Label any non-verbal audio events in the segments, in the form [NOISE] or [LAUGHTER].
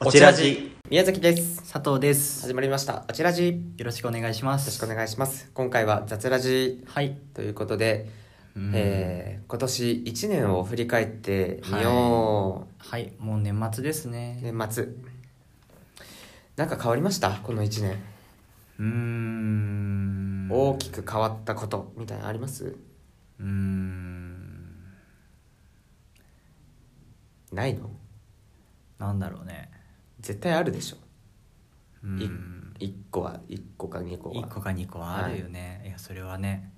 おちらじ宮崎です佐藤です始まりましたおちらじよよろしくお願いしますろしくお願いします今回は雑ラジはいということで、うんえー今年1年を振り返ってみよはいもう年末ですう、ね年末なんか変わりましたこの1年、うーん大きく変わったことみたいなのありますうーんないのなんだろうね絶対あるでしょ、ういん1個は1個か2個は1個か2個はあるよね、い、やそれはね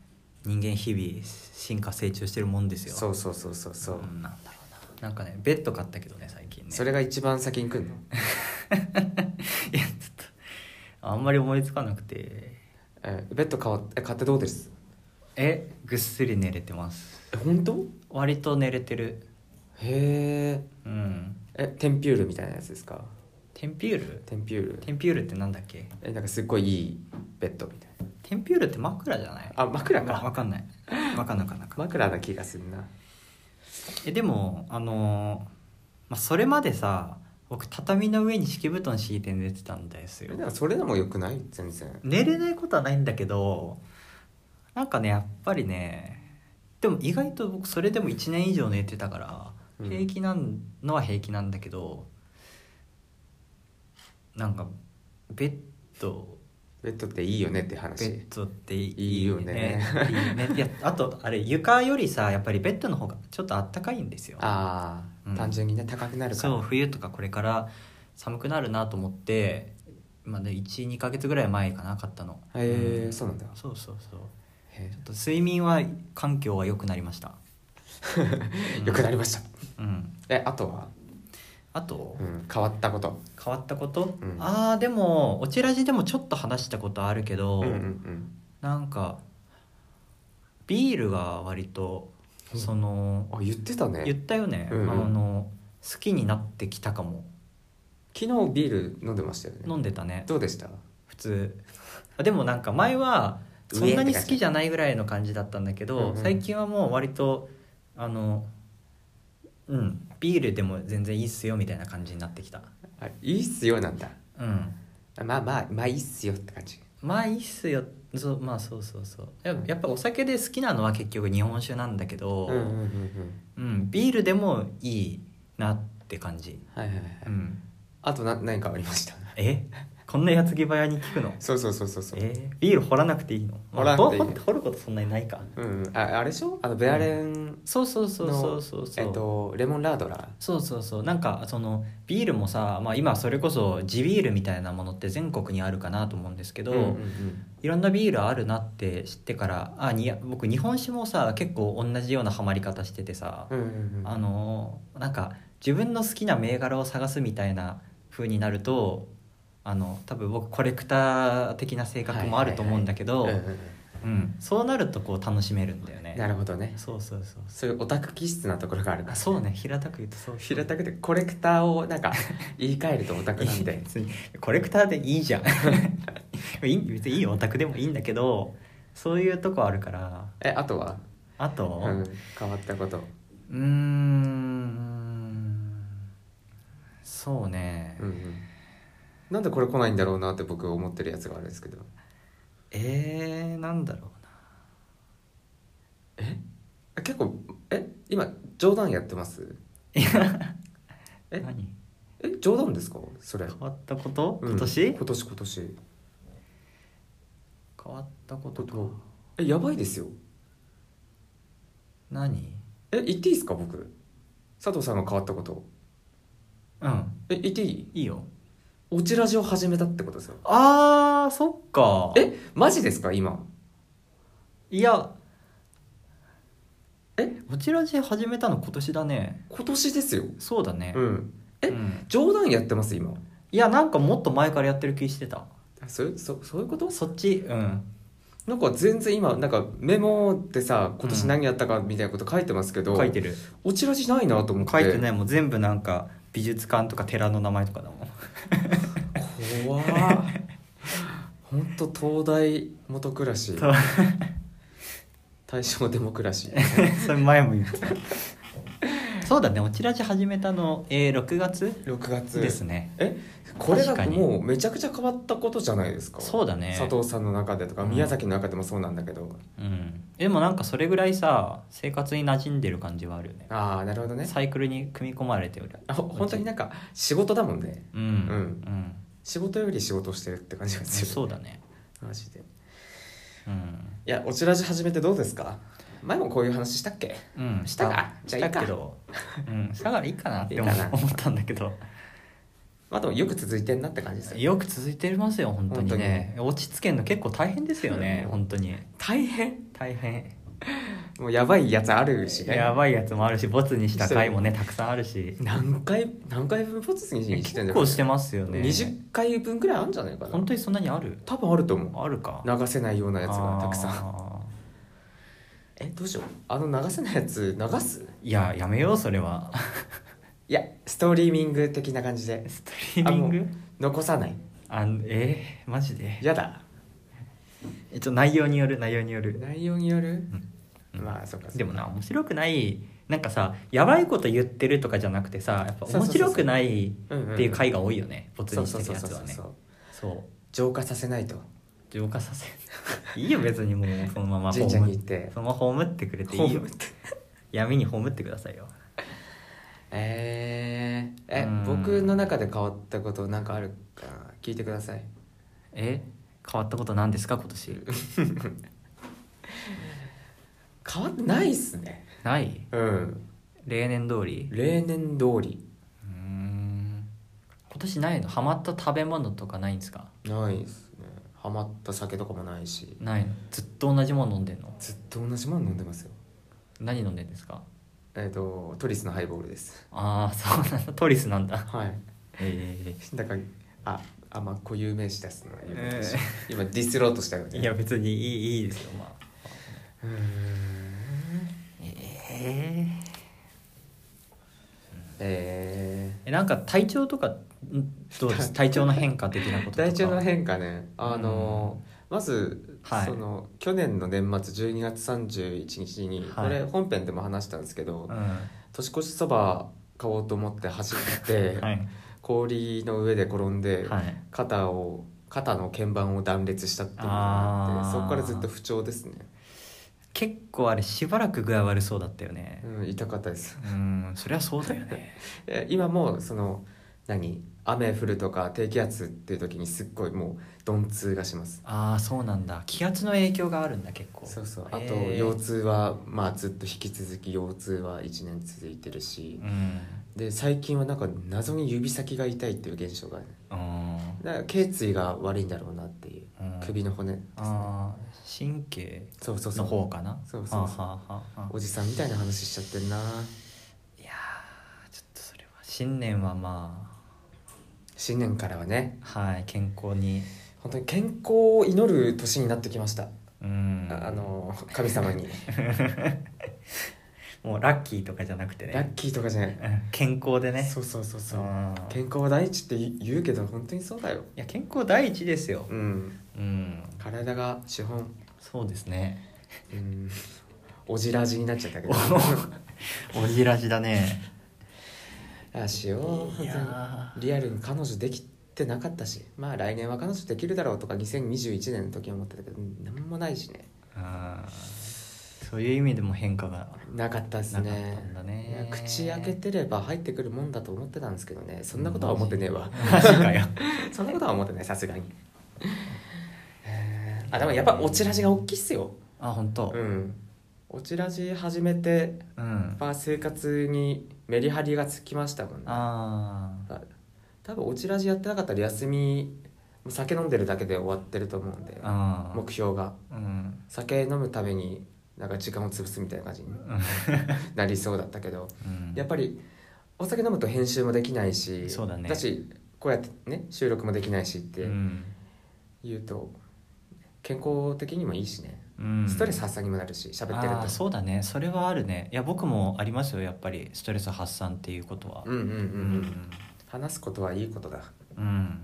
人間日々進化成長してるもんですよそうそうそうそうそう、んなんだろうななんかねベッド買ったけどね最近ねそ [LAUGHS] れが一番先に来るのいやちょっとあんまり思いつかなくてえーベッド買わえ買ってどうですえぐっすり寝れてますえ本当割と寝れてるへうんええテンピュールみたいなやつですかテンピュールテンピュールテンピュールってなんだっけえなんかすっごいいいベッドみたいなテンピュールって枕じゃないあ枕わわかかんないわかんなかなか枕な気がするなえでもあのーまあ、それまでさ僕畳の上に敷布団敷いて寝てたんですえよでもそれでもよくない全然寝れないことはないんだけどなんかねやっぱりねでも意外と僕それでも1年以上寝てたからうん平気なんのは平気なんだけど、なんかベッドベッドっていいよねってベ話ッドっていいいよねいいよねいやあとあれ床よりさやっぱりベッドの方がちょっとあったかいんですよああ、うん単純にね高くなるからそう冬とかこれから寒くなるなと思って、まあね、12ヶ月ぐらい前かな買ったのへえうんそうなんだそうそうそうへちょっと睡眠は環境は良くなりま [LAUGHS] したえよくなりましたうんえあとは、あとうん、変わったこと変わったこと、うんああでもオチラジでもちょっと話したことあるけど、うんうんうんなんかビールが割とうんその、あ言ってた言っねたよね、うんうんあの好きになってきたかも昨日ビール飲んでましたよ飲ねんでたねどうでした普通あでもなんか前はそんなに好きじゃゃないぐらいの感じだったんだけうんど、うん最近はもう割とあのうんビールでも全然いいっすよみたいな感じになってきたあいいっすよなんだうんあまあまあまあいいっすよって感じまあいいっすよそうまあそうそうそうややっぱお酒で好きなのは結局日本酒なんだけど、うんうんうんうんうんビールでもいいなって感じ、はいはいはい、うん、あとな何かありま [LAUGHS] したえこんなやつぎ早に聞くのそうそうそうそうそうえービール掘らなくていいの掘らなくていいまあほ掘掘ることそんなにないかうんうん、ああれでしょあのベアレンの、そうそうそうそうそうそう、えっとレモンラードラそうそうそうなんかそのビールもさ、まあ、今それこそ地ビールみたいなものって全国にあるかなと思うんですけど、うんうんうんいろんなビールあるなって知ってからあに僕日本酒もさ結構同じようなハマり方しててさ、うんうんうんあのーなんか自分の好きな銘柄を探すみたいな風になるとあの多分僕コレクター的な性格もあると思うんだけどうんうんうんうんそうなるとこう楽しめるんだよね。なるほどねそうそうそうそういうオタク気質なところがあるかあらそうね平たく言うとそう平たくてコレクターをなんか言い換えるとオタクなんで [LAUGHS] 別にコレクターでいいじゃん [LAUGHS] いい別にいいオタクでもいいんだけどそういうとこあるからえあとは、あとうん、変わったことうーんそうね、うんうんなんでこれ来ないんだろうなって僕思ってるやつがあるんですけどえー、なんだろうなあ結構え今冗談やってますえ何え冗談ですかそれ変わったことうん今年、今年今年変わったことこかとえやばいですよ何え言っていいですか僕佐藤さんが変わったことうんえ言っていいいいよオチラジを始めたってことですよあーそっかえマジですか今いやえオチラジ始めたの今年だね今年ですよそうだねうんえうん冗談やってます今いやなんかもっと前からやってる気してたそういうそそういうことそっちうんなんか全然今なんかメモでさ今年何やったかみたいなこと書いてますけど、書いてるオチラジないなと思って書いてないいもう全部なんか美術館とか寺の名前とかだもん [LAUGHS] [LAUGHS] 怖っほんと東大元暮らしそう [LAUGHS] 大正デモクラシーそれ前も言ってたそうだねオチラジ始めたの、えー、6月6月ですねえこれだ確かとにもうめちゃくちゃ変わったことじゃないですかそうだね佐藤さんの中でとかうん宮崎の中でもそうなんだけど、うんでもなんかそれぐらいさ生活に馴染んでる感じはあるよねああなるほどねサイクルに組み込まれてるあほ本当になんか仕事だもんねうんうん、うん仕事より仕事してるって感じがするそうだねマジでいうん、やオチラジ始めてどうですか前もこういう話したっけうん、したかじゃあいいしたかけど、うん、したからいいかなって思いいかな思ったんだけどまあでもよく続いてんなって感じですよよく続いてますよ本当にね落ち着けんの結構大変ですよねうん本当に大変大変もうやばいやつあるしねやばいやつもあるしボツにした回もねたくさんあるし何回何回分ポツにしてん結だ構してますよね20回分ぐらいあるんじゃないかな本当にそんなにある多分あると思うあるか流せないようなやつがたくさんあえどうしようあの流せないやつ流すーいややめようそれはいやストリーミング的な感じでストリーミンあグもう残さないあえー、マジでやだえっと内容による内容による内容による、うんまあそっかそっかでもな面白くないなんかさやばいこと言ってるとかじゃなくてさやっぱ面白くないっていう回が多いよねボツそうにしそうてるそうやそつうはねそうそう浄化させないと浄化させいいよ別にもうそのま [LAUGHS] ま神社に行ってそのまま葬ってくれていいよ葬って闇に葬ってくださいよえー、えうん僕の中で変わったことなんかあるかな聞いてくださいえ変わったことなんですか今 [LAUGHS] 年変わってないっすねないうん例年通り例年通りうーん今年ないのハマった食べ物とかないんですかないっすねハマった酒とかもないしないのずっと同じもの飲んでんのずっと同じもの飲んでますよ何飲んでんですかえっ、とトリスのハイボールですああそうなんだトリスなんだはいえだからああまあ固有名詞出すのはよくないしえ今ディスろうとしたよえねいや別にいいいいですよまあうーんえええなんか体調とかんどうです体調の変化的なこととか体調の変化ねあの、まず、はいその去年の年末12月31日に、はいこれ本編でも話したんですけど、う年越しそば買おうと思って走って、んはい氷の上で転んで、はい肩を肩の鍵盤を断裂したっていうのがあってあーそこからずっと不調ですね、結構あれしばらく具合悪そうだったよねうん、痛かったですうんそりゃそうだよね [LAUGHS] え今もその何雨降るとか低気圧っていう時にすっごいもう鈍痛がしますああそうなんだ気圧の影響があるんだ結構そうそうへあとー腰痛はまあずっと引き続き腰痛は1年続いてるしうんで最近はなんか謎に指先が痛いっていう現象があるうんだから頸椎が悪いんだろうなっていううん首の骨ですねあー神経そうそうそのう方かなそうそうそうはあはあはあはあおじさんみたいな話しちゃってんないやーちょっとそれは新年はま新年からはねあはい健康に本当に健康を祈る年になってきましたうんああの神 [LAUGHS] 様にもうラッキーとかじゃなくてラねッキーとかじゃないうん [LAUGHS] 健康でねそうそうそうそううん健康は第一って言うけど本当にそうだよいや健康第一ですようんうん体が資本そうですね [LAUGHS] うんおじらじになっちゃったけどおじらじだねあしよう本当いにやーリアルに彼女できてなかったしまあ来年は彼女できるだろうとか2021年の時思ってたけど何もないしねあーそういう意味でも変化 [LAUGHS] がなかったですなかったんだねねいや口開けてれば入ってくるもんだと思ってたんですけどねそんなことは思ってねえわマジかよそんなことは思ってないさすがにえーあでもやっぱオチラジが大きいっすよあ本当うんオチラジ始めてうん、まあ生活にメリハリがつきましたもんねあーあ多分オチラジやってなかったら休み酒飲んでるだけで終わってると思うんであー目標がうん酒飲むためになんか時間を潰すみたいな感 [LAUGHS] じになりそうだったけどうんやっぱりお酒飲むと編集もできないしそうだねしこうやってね収録もできないしってうん言うと健康的にもいいしね、うんストレス発散にもなるし喋ってるあーとそうだねそれはあるねいや僕もありますよやっぱりストレス発散っていうことはうんうんうん、う、うん話すことはいいことだうん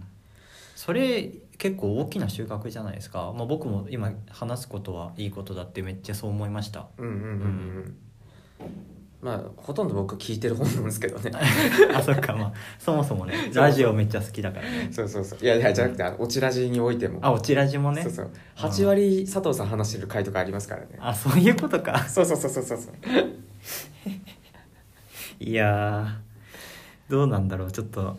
それ結構大きな収穫じゃないですか、まあ、僕も [LAUGHS] 今話すことはいいことだってめっちゃそう思いましたうんうんうんうん、まあほとんど僕聞いてる本なんですけ [LAUGHS] どねあそっかまあそもそもねラジオめっちゃ好きだからねそうそうそういやいやじゃなくてあのオチラジにおいてもあおちラジもねそうそう8割佐藤さん話してる回とかありますからねあそういうことか [LAUGHS] そうそうそうそうそうそういやーどうなんだろうちょっと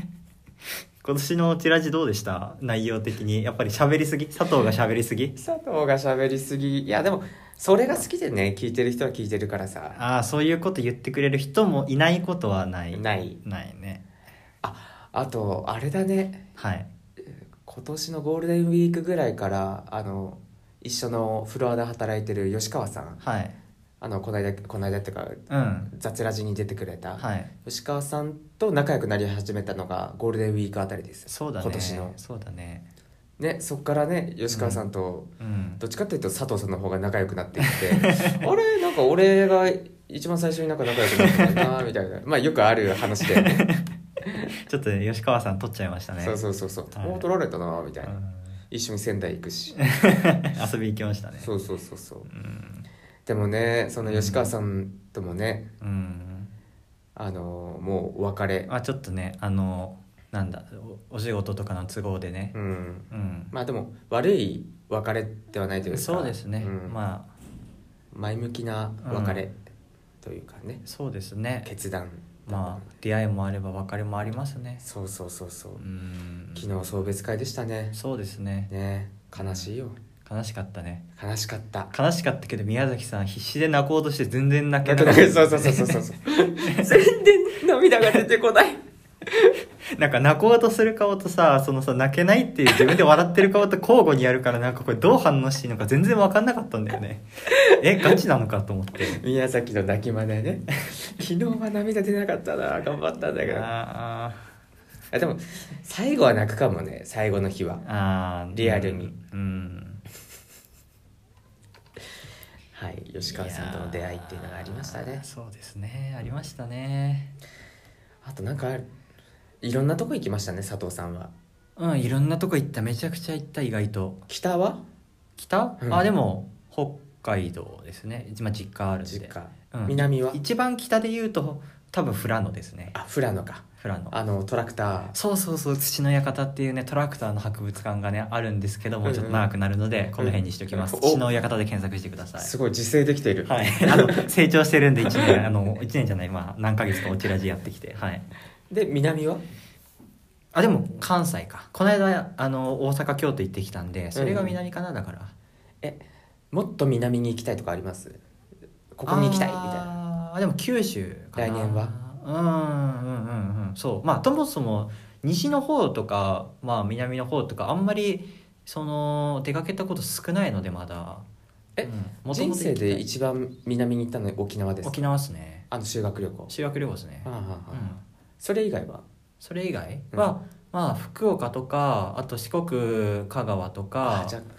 [LAUGHS] 今年のチラシどうでした内容的にやっぱり喋りすぎ佐藤が喋りすぎ佐藤が喋りすぎいやでもそれが好きでね聞いてる人は聞いてるからさああそういうこと言ってくれる人もいないことはないないないねあとあれだねはい今年のゴールデンウィークぐらいからあの一緒のフロアで働いてる吉川さんはいあのこの間この間っていうかうん雑ラジに出てくれた、はい吉川さんと仲良くなり始めたのがゴールデンウィークあたりですそうだね今年のそうだねねそっからね吉川さんと、うんどっちかっていうと佐藤さんの方が仲良くなって [LAUGHS] きてあれなんか俺が一番最初になんか仲良くなったんだなみたいなまあよくある話で、 [LAUGHS] ね、ちょっとね吉川さん取っちゃいましたねそうそうそうそうはいもう取られたなみたいな、うん一緒に仙台行くし遊び行きましたねそうそうそうそううんでもねその吉川さんともね、うんあのもうお別れまあちょっとねあのなんだおお仕事とかの都合でねうんうん、まあでも悪い別れではないというかそうですね、うんま前向きな別れというかねあ、そうですね決断まあ出会いもあれば別れもありますねそうそうそうそううん昨日送別会でしたねそうですねね悲しいよ悲しかったね悲しかった悲しかったけど宮崎さん必死で泣こうとして全然泣け泣なけかなったい [LAUGHS] そうそうそうそう [LAUGHS] そうそう全然涙が出てこないなんか泣こうとする顔とさそのさ泣けないっていう自分で笑ってる顔と交互にやるからなんかこれどう反応していいのか全然分かんなかったんだよねえガチなのかと思って [LAUGHS] 宮崎の泣き真似ね昨日は涙出なかったな頑張ったんだけどああーでも最後は泣くかもね最後の日はあーリアルにうんはい吉川さんとの出会いっていうのがありましたいやねーそうですねありましたねあとなんかあるいろんなとこ行きましたね佐藤さんはうんいろんなとこ行っためちゃくちゃ行った意外と北は北、うんあでも北海道ですね今実家あるんで実家、うん南は一番北で言うと多分富良野ですねあ富良野か富良野あのトラクターそうそうそう土の館っていうねトラクターの博物館がねあるんですけどもうんううんちょっと長くなるのでこの辺にしておきます、うんお土の館で検索してくださいすごい自制できている、はい、あの成長してるんで1年あの一年じゃない、まあ、何ヶ月かおちらじやってきてはいで南はあでも関西かこの間あの大阪京都行ってきたんでそれが南かなだから、もっと南に行きたいとかありますここに行きたいみたいななあでも九州かな来年はうんうんうんうんそうまあともそも西の方とか、まあ、南の方とかあんまりその出かけたこと少ないのでまだえうん元々人生行でき一番南に行ったの沖縄たでいす沖縄っすねあの修学旅行修学旅行ですねああああうああんそれ以外はそれ以外うんは、まあ福岡とかあと四国香川とかあじゃあうあ、ん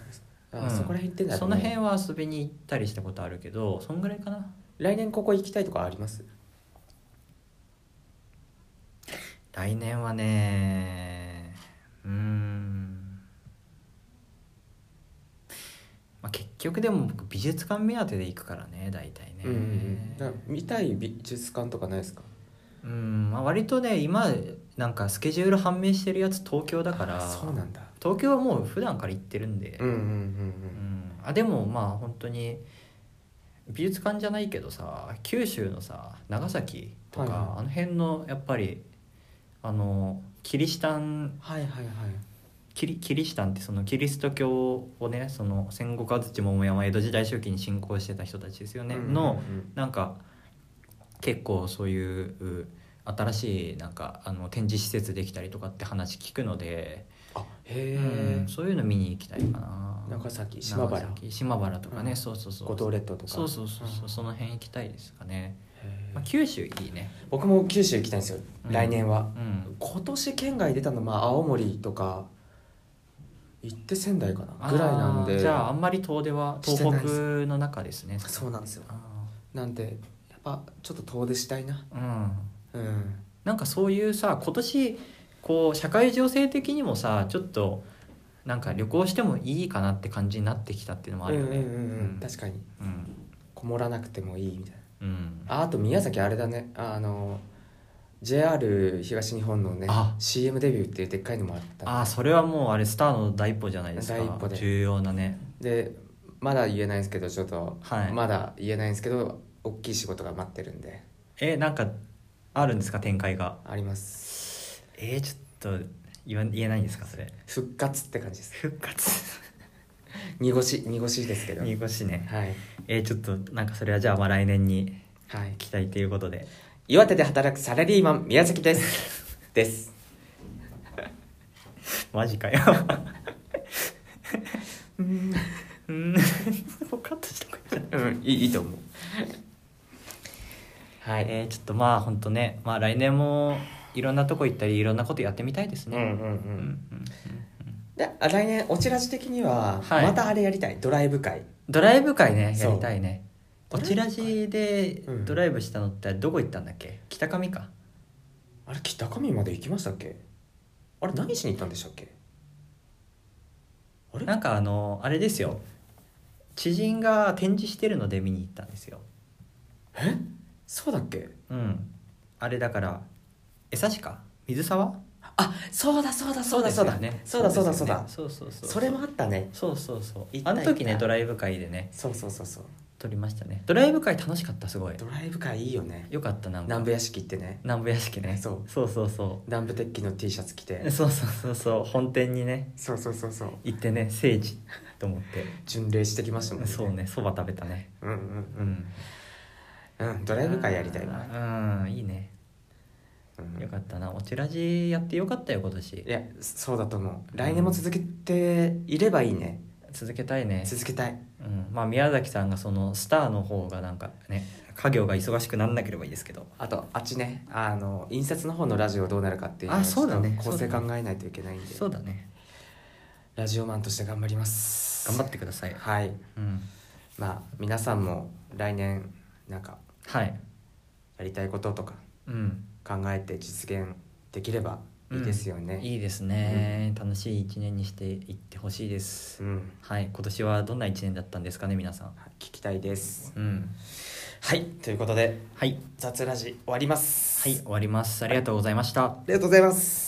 そこら辺行ってんだ、ね、その辺は遊びに行ったりしたことあるけどそんぐらいかな来年ここ行きたいとかあります来年はねうーん、まあ、結局でも僕美術館目当てで行くからね大体ねうんうんうんだから見たい美術館とかないですかうんまあ、割とね今なんかスケジュール判明してるやつ東京だからあそうなんだ東京はもう普段から行ってるんで、うんうんうんうんあでもまあ本当に美術館じゃないけどさ九州のさ長崎とか、はいはいあの辺のやっぱりあのキリシタンはいはいはいキリキリシタンってそのキリスト教をねその戦国安土桃山江戸時代初期に信仰してた人たちですよね、のうんうんうんなんか結構そういうう新しいなんかあの展示施設できたりとかって話聞くので、あへうえん、そういうの見に行きたいかな。長崎島長原崎島原とかね、うんそうそうそう五島列島とかそうそうそうそう、んその辺行きたいですかね、へまあ、ー九州いいね僕も九州行きたいんですよ、うん来年はうん今年県外出たのまあ青森とか行って仙台かあなーぐらいなんでじゃああんまり遠出はして東ないです北の中ですねそうなんですよあなんでやっぱちょっと遠出したいなーうんうんなんかそういうさ今年こう社会情勢的にもさちょっとなんか旅行してもいいかなって感じになってきたっていうのもあるよねうんうんうんうんうん確かにうんこもらなくてもいいみたいなうんああと宮崎あれだねあの JR 東日本のねあ CM デビューっていうでっかいのもあったああそれはもうあれスターの第一歩じゃないですか第一歩で重要なねでまだ言えないんですけどちょっと、はいまだ言えないんですけど大きい仕事が待ってるんでえなんかあるんですか展開がありますえー、ちょっと言わ言えないんですかそれ復活って感じです復活濁し濁しですけどはい濁しねえー、ちょっとなんかそれはじゃあまあ来年にはい期待ということで岩手で働くサラリーマン宮崎です [LAUGHS] ですマジかようんもうカットした方がいいんじゃないうんいいいいと思うはい、えーちょっとまあ本当ね、まあ、来年もいろんなとこ行ったりいろんなことやってみたいですうんね。うんううんうんんうんであ来年オチラジ的には、はいまたあれやりたいドライブ会ドライブ会ねそうやりたいね。ドこライちブ会らじでうんドライブしたのってどこ行ったんだっけ北上かあれ北上まで行きましたっけあれ何しに行ったんでしたっけあれなんかあのあれですよ知人が展示してるので見に行ったんですよ。えそうだっけうん、あれだから江差か水沢あそうだそうだそうだそうだですよねそうだそうだそうだそうそうそうそれもあったねそうそうそう行ったあの時行ねったドライブ会でねそうそうそうそう撮りましたねドライブ会楽しかったすごいドライブ会いいよねよかったなんか南部屋敷行ってね南部屋敷ねそうそうそうそ南部鉄器の T シャツ着うてそうそうそうそう本店にねそうそうそうそう行ってね聖地と思って巡礼してきましたもんねそうねそば食べたねうんううんんうんうんドライブ会やりたいわなうんいいねうんよかったなおちらじやってよかったよ今い年やそうだと思う来年も続けていればいいね続けたいね、続けたいうん、まあ宮崎さんがそのスターの方がなんかね家業が忙しくなんなければいいですけどあとあっちねあの印刷の方のラジオどうなるかっていうのをあそうだねちょっと構成そうだ考ねえないといけないんでそうだねラジオマンとして頑張ります頑張ってくださいはいうんまあ皆さんも来年なんかはいやりたいこととかうん考えて実現できればいいですよね、いいですね、楽しい一年にしていってほしいです、うんはい今年はどんな一年だったんですかね皆さん聞きたいですうんはいということではい雑ラジ終わりますはい、終わります。ありがとうございました。ありがとうございます